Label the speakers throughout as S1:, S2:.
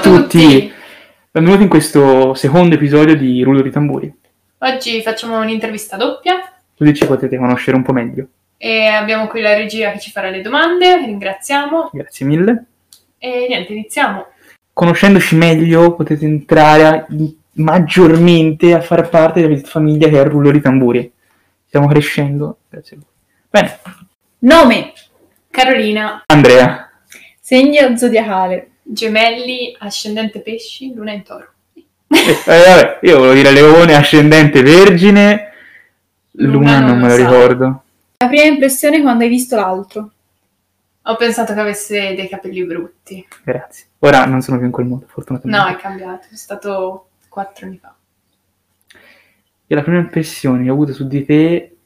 S1: tutti. Benvenuti in questo secondo episodio di Rullo di Tamburi.
S2: Oggi facciamo un'intervista doppia
S1: Così ci potete conoscere un po' meglio.
S2: e abbiamo qui la regia che ci farà le domande, ringraziamo
S1: Grazie mille.
S2: e niente, iniziamo.
S1: Conoscendoci meglio potete entrare a- maggiormente a far parte della famiglia che è il Rullo di Tamburi. Stiamo crescendo. Grazie a voi. Bene,
S3: Nome,
S2: Carolina,
S1: Andrea.
S3: segno zodiacale.
S2: gemelli, ascendente pesci, luna in toro.
S1: Eh, vabbè, io volevo dire leone, ascendente, vergine. Luna,
S2: Luna
S1: non
S2: non
S1: me lo
S2: lo so.
S1: ricordo.
S3: La prima impressione quando hai visto l'altro.
S2: Ho pensato che avesse dei capelli brutti.
S1: Grazie. Ora non sono più in quel modo, fortunatamente.
S2: No, è cambiato, è stato quattro anni fa.
S1: E la prima impressione che ho avuto su di te,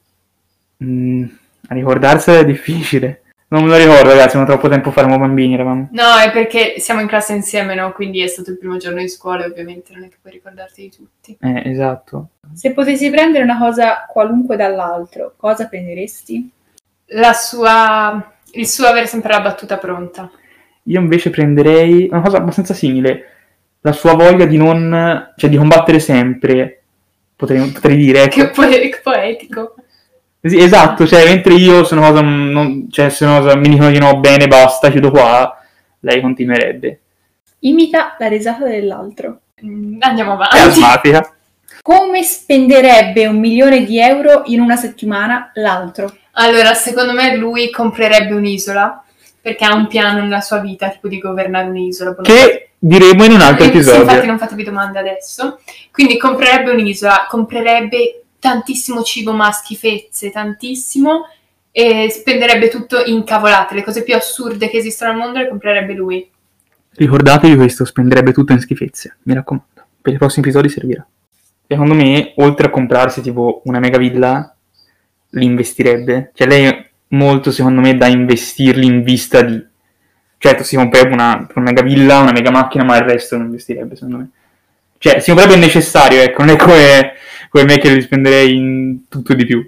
S1: mh, a ricordarsela è difficile. Non me lo ricordo, ragazzi, non troppo tempo fa, eravamo bambini, eravamo.
S2: No, è perché siamo in classe insieme, no? Quindi è stato il primo giorno di scuola e ovviamente non è che puoi ricordarti di tutti.
S1: Eh, esatto.
S3: Se potessi prendere una cosa qualunque dall'altro, cosa prenderesti?
S2: La sua... il suo avere sempre la battuta pronta.
S1: Io invece prenderei una cosa abbastanza simile, la sua voglia di non, cioè di combattere sempre, potrei, potrei dire, ecco.
S2: Che poe- poetico.
S1: Sì, esatto, cioè mentre io sono cosa, non, cioè se una cosa mi dicono di no, bene, basta, chiudo qua, lei continuerebbe.
S3: Imita la risata dell'altro.
S2: Mm, Andiamo
S1: È
S2: avanti.
S1: asmatica.
S3: Come spenderebbe un milione di euro in una settimana l'altro?
S2: Allora, secondo me lui comprerebbe un'isola perché ha un piano nella sua vita, tipo di governare un'isola.
S1: Che diremo in un altro
S2: Eh, sì,
S1: episodio.
S2: infatti non fatevi domande adesso. Quindi comprerebbe un'isola, comprerebbe tantissimo cibo, ma schifezze, tantissimo, e spenderebbe tutto in cavolate. Le cose più assurde che esistono al mondo le comprerebbe lui.
S1: Ricordatevi questo, spenderebbe tutto in schifezze, mi raccomando. Per i prossimi episodi servirà. Secondo me, oltre a comprarsi tipo una mega villa, li investirebbe. Cioè lei è molto, secondo me, da investirli in vista di... Certo, si comprerebbe una, una mega villa, una mega macchina, ma il resto non investirebbe, secondo me. Cioè, si comprerebbe il necessario, ecco, non è come, come me che li spenderei in tutto e di più.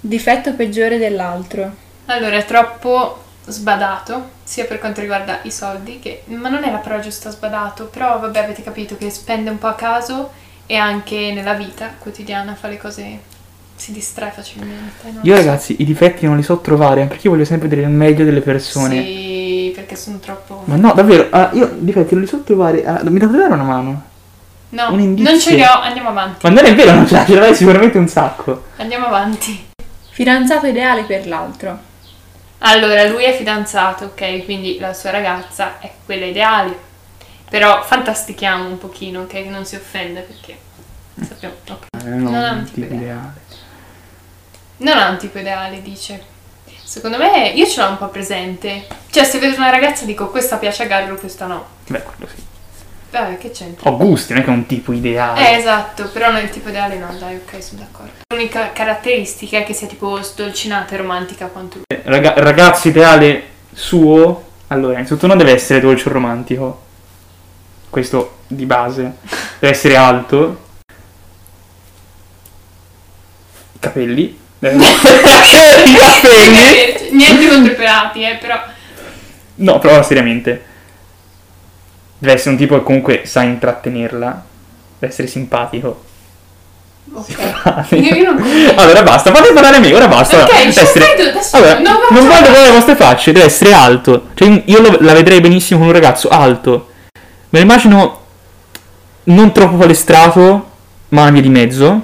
S3: Difetto peggiore dell'altro.
S2: Allora, è troppo sbadato, sia per quanto riguarda i soldi, che... ma non è la parola giusta sbadato, però vabbè avete capito che spende un po' a caso e anche nella vita quotidiana fa le cose, si distrae facilmente. no?
S1: Io, ragazzi, i difetti non li so trovare, perché io voglio sempre vedere il meglio delle persone.
S2: Sì, perché sono troppo...
S1: Ma no, davvero, ah, io difetti non li so trovare. ah, mi dovete dare una mano?
S2: No,
S1: un indizio.
S2: non ce li ho, andiamo avanti.
S1: Ma non è vero, non ce la- ce l'avrai sicuramente un sacco.
S2: Andiamo avanti.
S3: Fidanzato ideale per l'altro.
S2: Allora, lui è fidanzato, ok? Quindi la sua ragazza è quella ideale. Però fantastichiamo un pochino, ok? Che non si offende perché
S1: Mm.
S2: sappiamo. ok.
S1: Eh,
S2: Non ho un tipo
S1: ideale.
S2: Non ha un tipo ideale, dice. Secondo me io ce l'ho un po' presente. Cioè, se vedo una ragazza dico questa piace a Gallo, questa no.
S1: Beh, quello sì.
S2: Vabbè, che c'entra?
S1: Ho gusti, non è che ho un tipo ideale.
S2: Eh, esatto, però non è il tipo ideale, no, dai, ok, sono d'accordo. L'unica caratteristica è che sia tipo sdolcinata e romantica quanto lui.
S1: Eh, raga- ragazzo ideale suo, allora, innanzitutto non deve essere dolce o romantico. Questo di base. Deve essere alto. Capelli. Eh, I capelli.
S2: Niente contro i pelati, eh, però.
S1: No, però seriamente. Deve essere un tipo che comunque sa intrattenerla. Deve essere simpatico.
S2: Ok. Io- io non comprendo.
S1: allora basta, fate parlare me, ora basta.
S2: Ok,
S1: allora.
S2: ci
S1: Deve essere-
S2: credo, adesso
S1: Allora,
S2: non faccio-
S1: non voglio vedere le vostre facce, deve essere alto. Cioè, io lo- la vedrei benissimo con un ragazzo alto. Me lo immagino non troppo palestrato, ma una via di mezzo.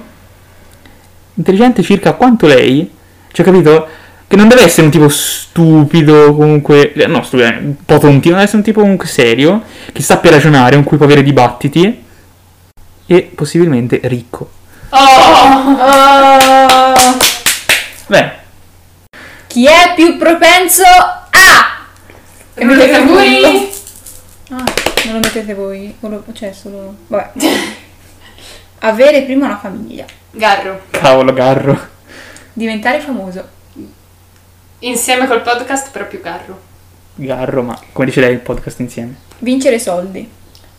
S1: Intelligente circa quanto lei. Cioè, capito? Che non deve essere un tipo stupido, comunque. eh, No, stupido, eh, un po' tontino, deve essere un tipo comunque serio, che sappia ragionare, con cui può avere dibattiti. E possibilmente ricco.
S2: Oh!
S1: Beh,
S3: Chi è più propenso a? E
S2: Rullo di
S3: voi?
S2: tamburi!
S3: Ah, non lo mettete voi, Volo- cioè solo... Vabbè. Avere prima una famiglia,
S2: Garro,
S1: cavolo, Garro.
S3: diventare famoso,
S2: insieme col podcast, però più Garro.
S1: Garro, ma come dice lei il podcast insieme?
S3: vincere soldi,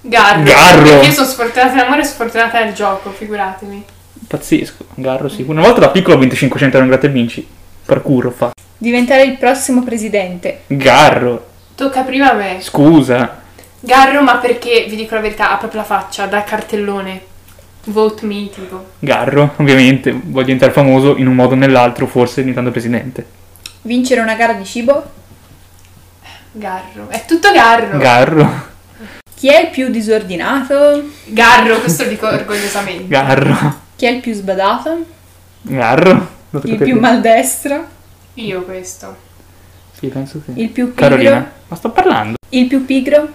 S2: Garro.
S1: Garro.
S2: Perché io sono sfortunata in amore e sfortunata nel gioco, figuratevi.
S1: Pazzesco, Garro sì. Una volta da piccolo ho vinto 500 euro in gratta e vinci. Parkour ho fatto.
S3: diventare il prossimo presidente,
S1: Garro,
S2: Tocca prima a me.
S1: scusa.
S2: Garro, ma perché, vi dico la verità, ha proprio la faccia da cartellone. Vote me, tipo.
S1: Garro, ovviamente, vuole diventare famoso in un modo o nell'altro, forse diventando presidente.
S3: Vincere una gara di cibo?
S2: Garro. È tutto Garro.
S1: Garro,
S3: Chi è il più disordinato?
S2: Garro, questo lo dico orgogliosamente.
S1: Garro,
S3: Chi è il più sbadato?
S1: Garro. Lo tocca
S3: Il
S1: a te.
S3: più maldestro?
S2: Io questo.
S1: Sì, penso sì.
S3: Il più pigro?
S1: Carolina, ma sto parlando.
S3: Il più pigro?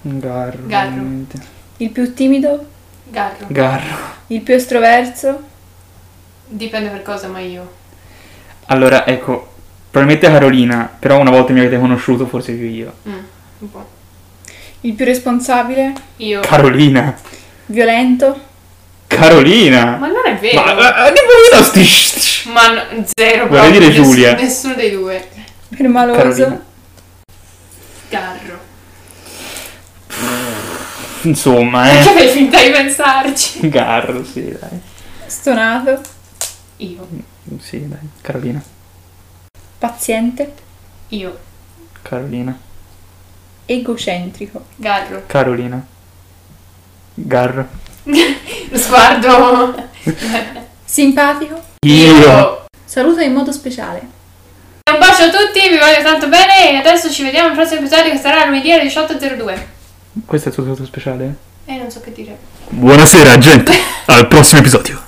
S1: Garro.
S2: Garro.
S1: veramente.
S3: Il più timido?
S2: Garro.
S1: Garro.
S3: Il più estroverso?
S2: Dipende per cosa, ma io.
S1: Allora, ecco, probabilmente Carolina, però una volta mi avete conosciuto, forse più io.
S2: Mm, un po'.
S3: Il più responsabile?
S2: Io.
S1: Carolina.
S3: Violento?
S1: Carolina.
S2: Ma non è vero.
S1: Ma eh, che poverino sti- sti- sti-
S2: Ma no, zero
S1: Vorrei
S2: proprio,
S1: dire
S2: nessuno-
S1: Giulia.
S2: Nessuno dei due.
S3: Permaloso?
S1: Carolina.
S2: Garro.
S1: Insomma,
S2: Perché
S1: eh.
S2: fai finta di pensarci?
S1: Garro, sì, dai.
S3: Stonato?
S2: Io.
S1: Sì, dai. Carolina.
S3: Paziente?
S2: Io.
S1: Carolina.
S3: Egocentrico?
S2: Garro.
S1: Carolina. Garro.
S2: Lo sguardo.
S3: Simpatico?
S1: Io.
S3: Saluta in modo speciale.
S2: Un bacio a tutti, vi voglio tanto bene e adesso ci vediamo al prossimo episodio che sarà lunedì alle 18.02.
S1: Questo è tutto, tutto speciale?
S2: E non so che dire.
S1: Buonasera, gente. Al prossimo episodio.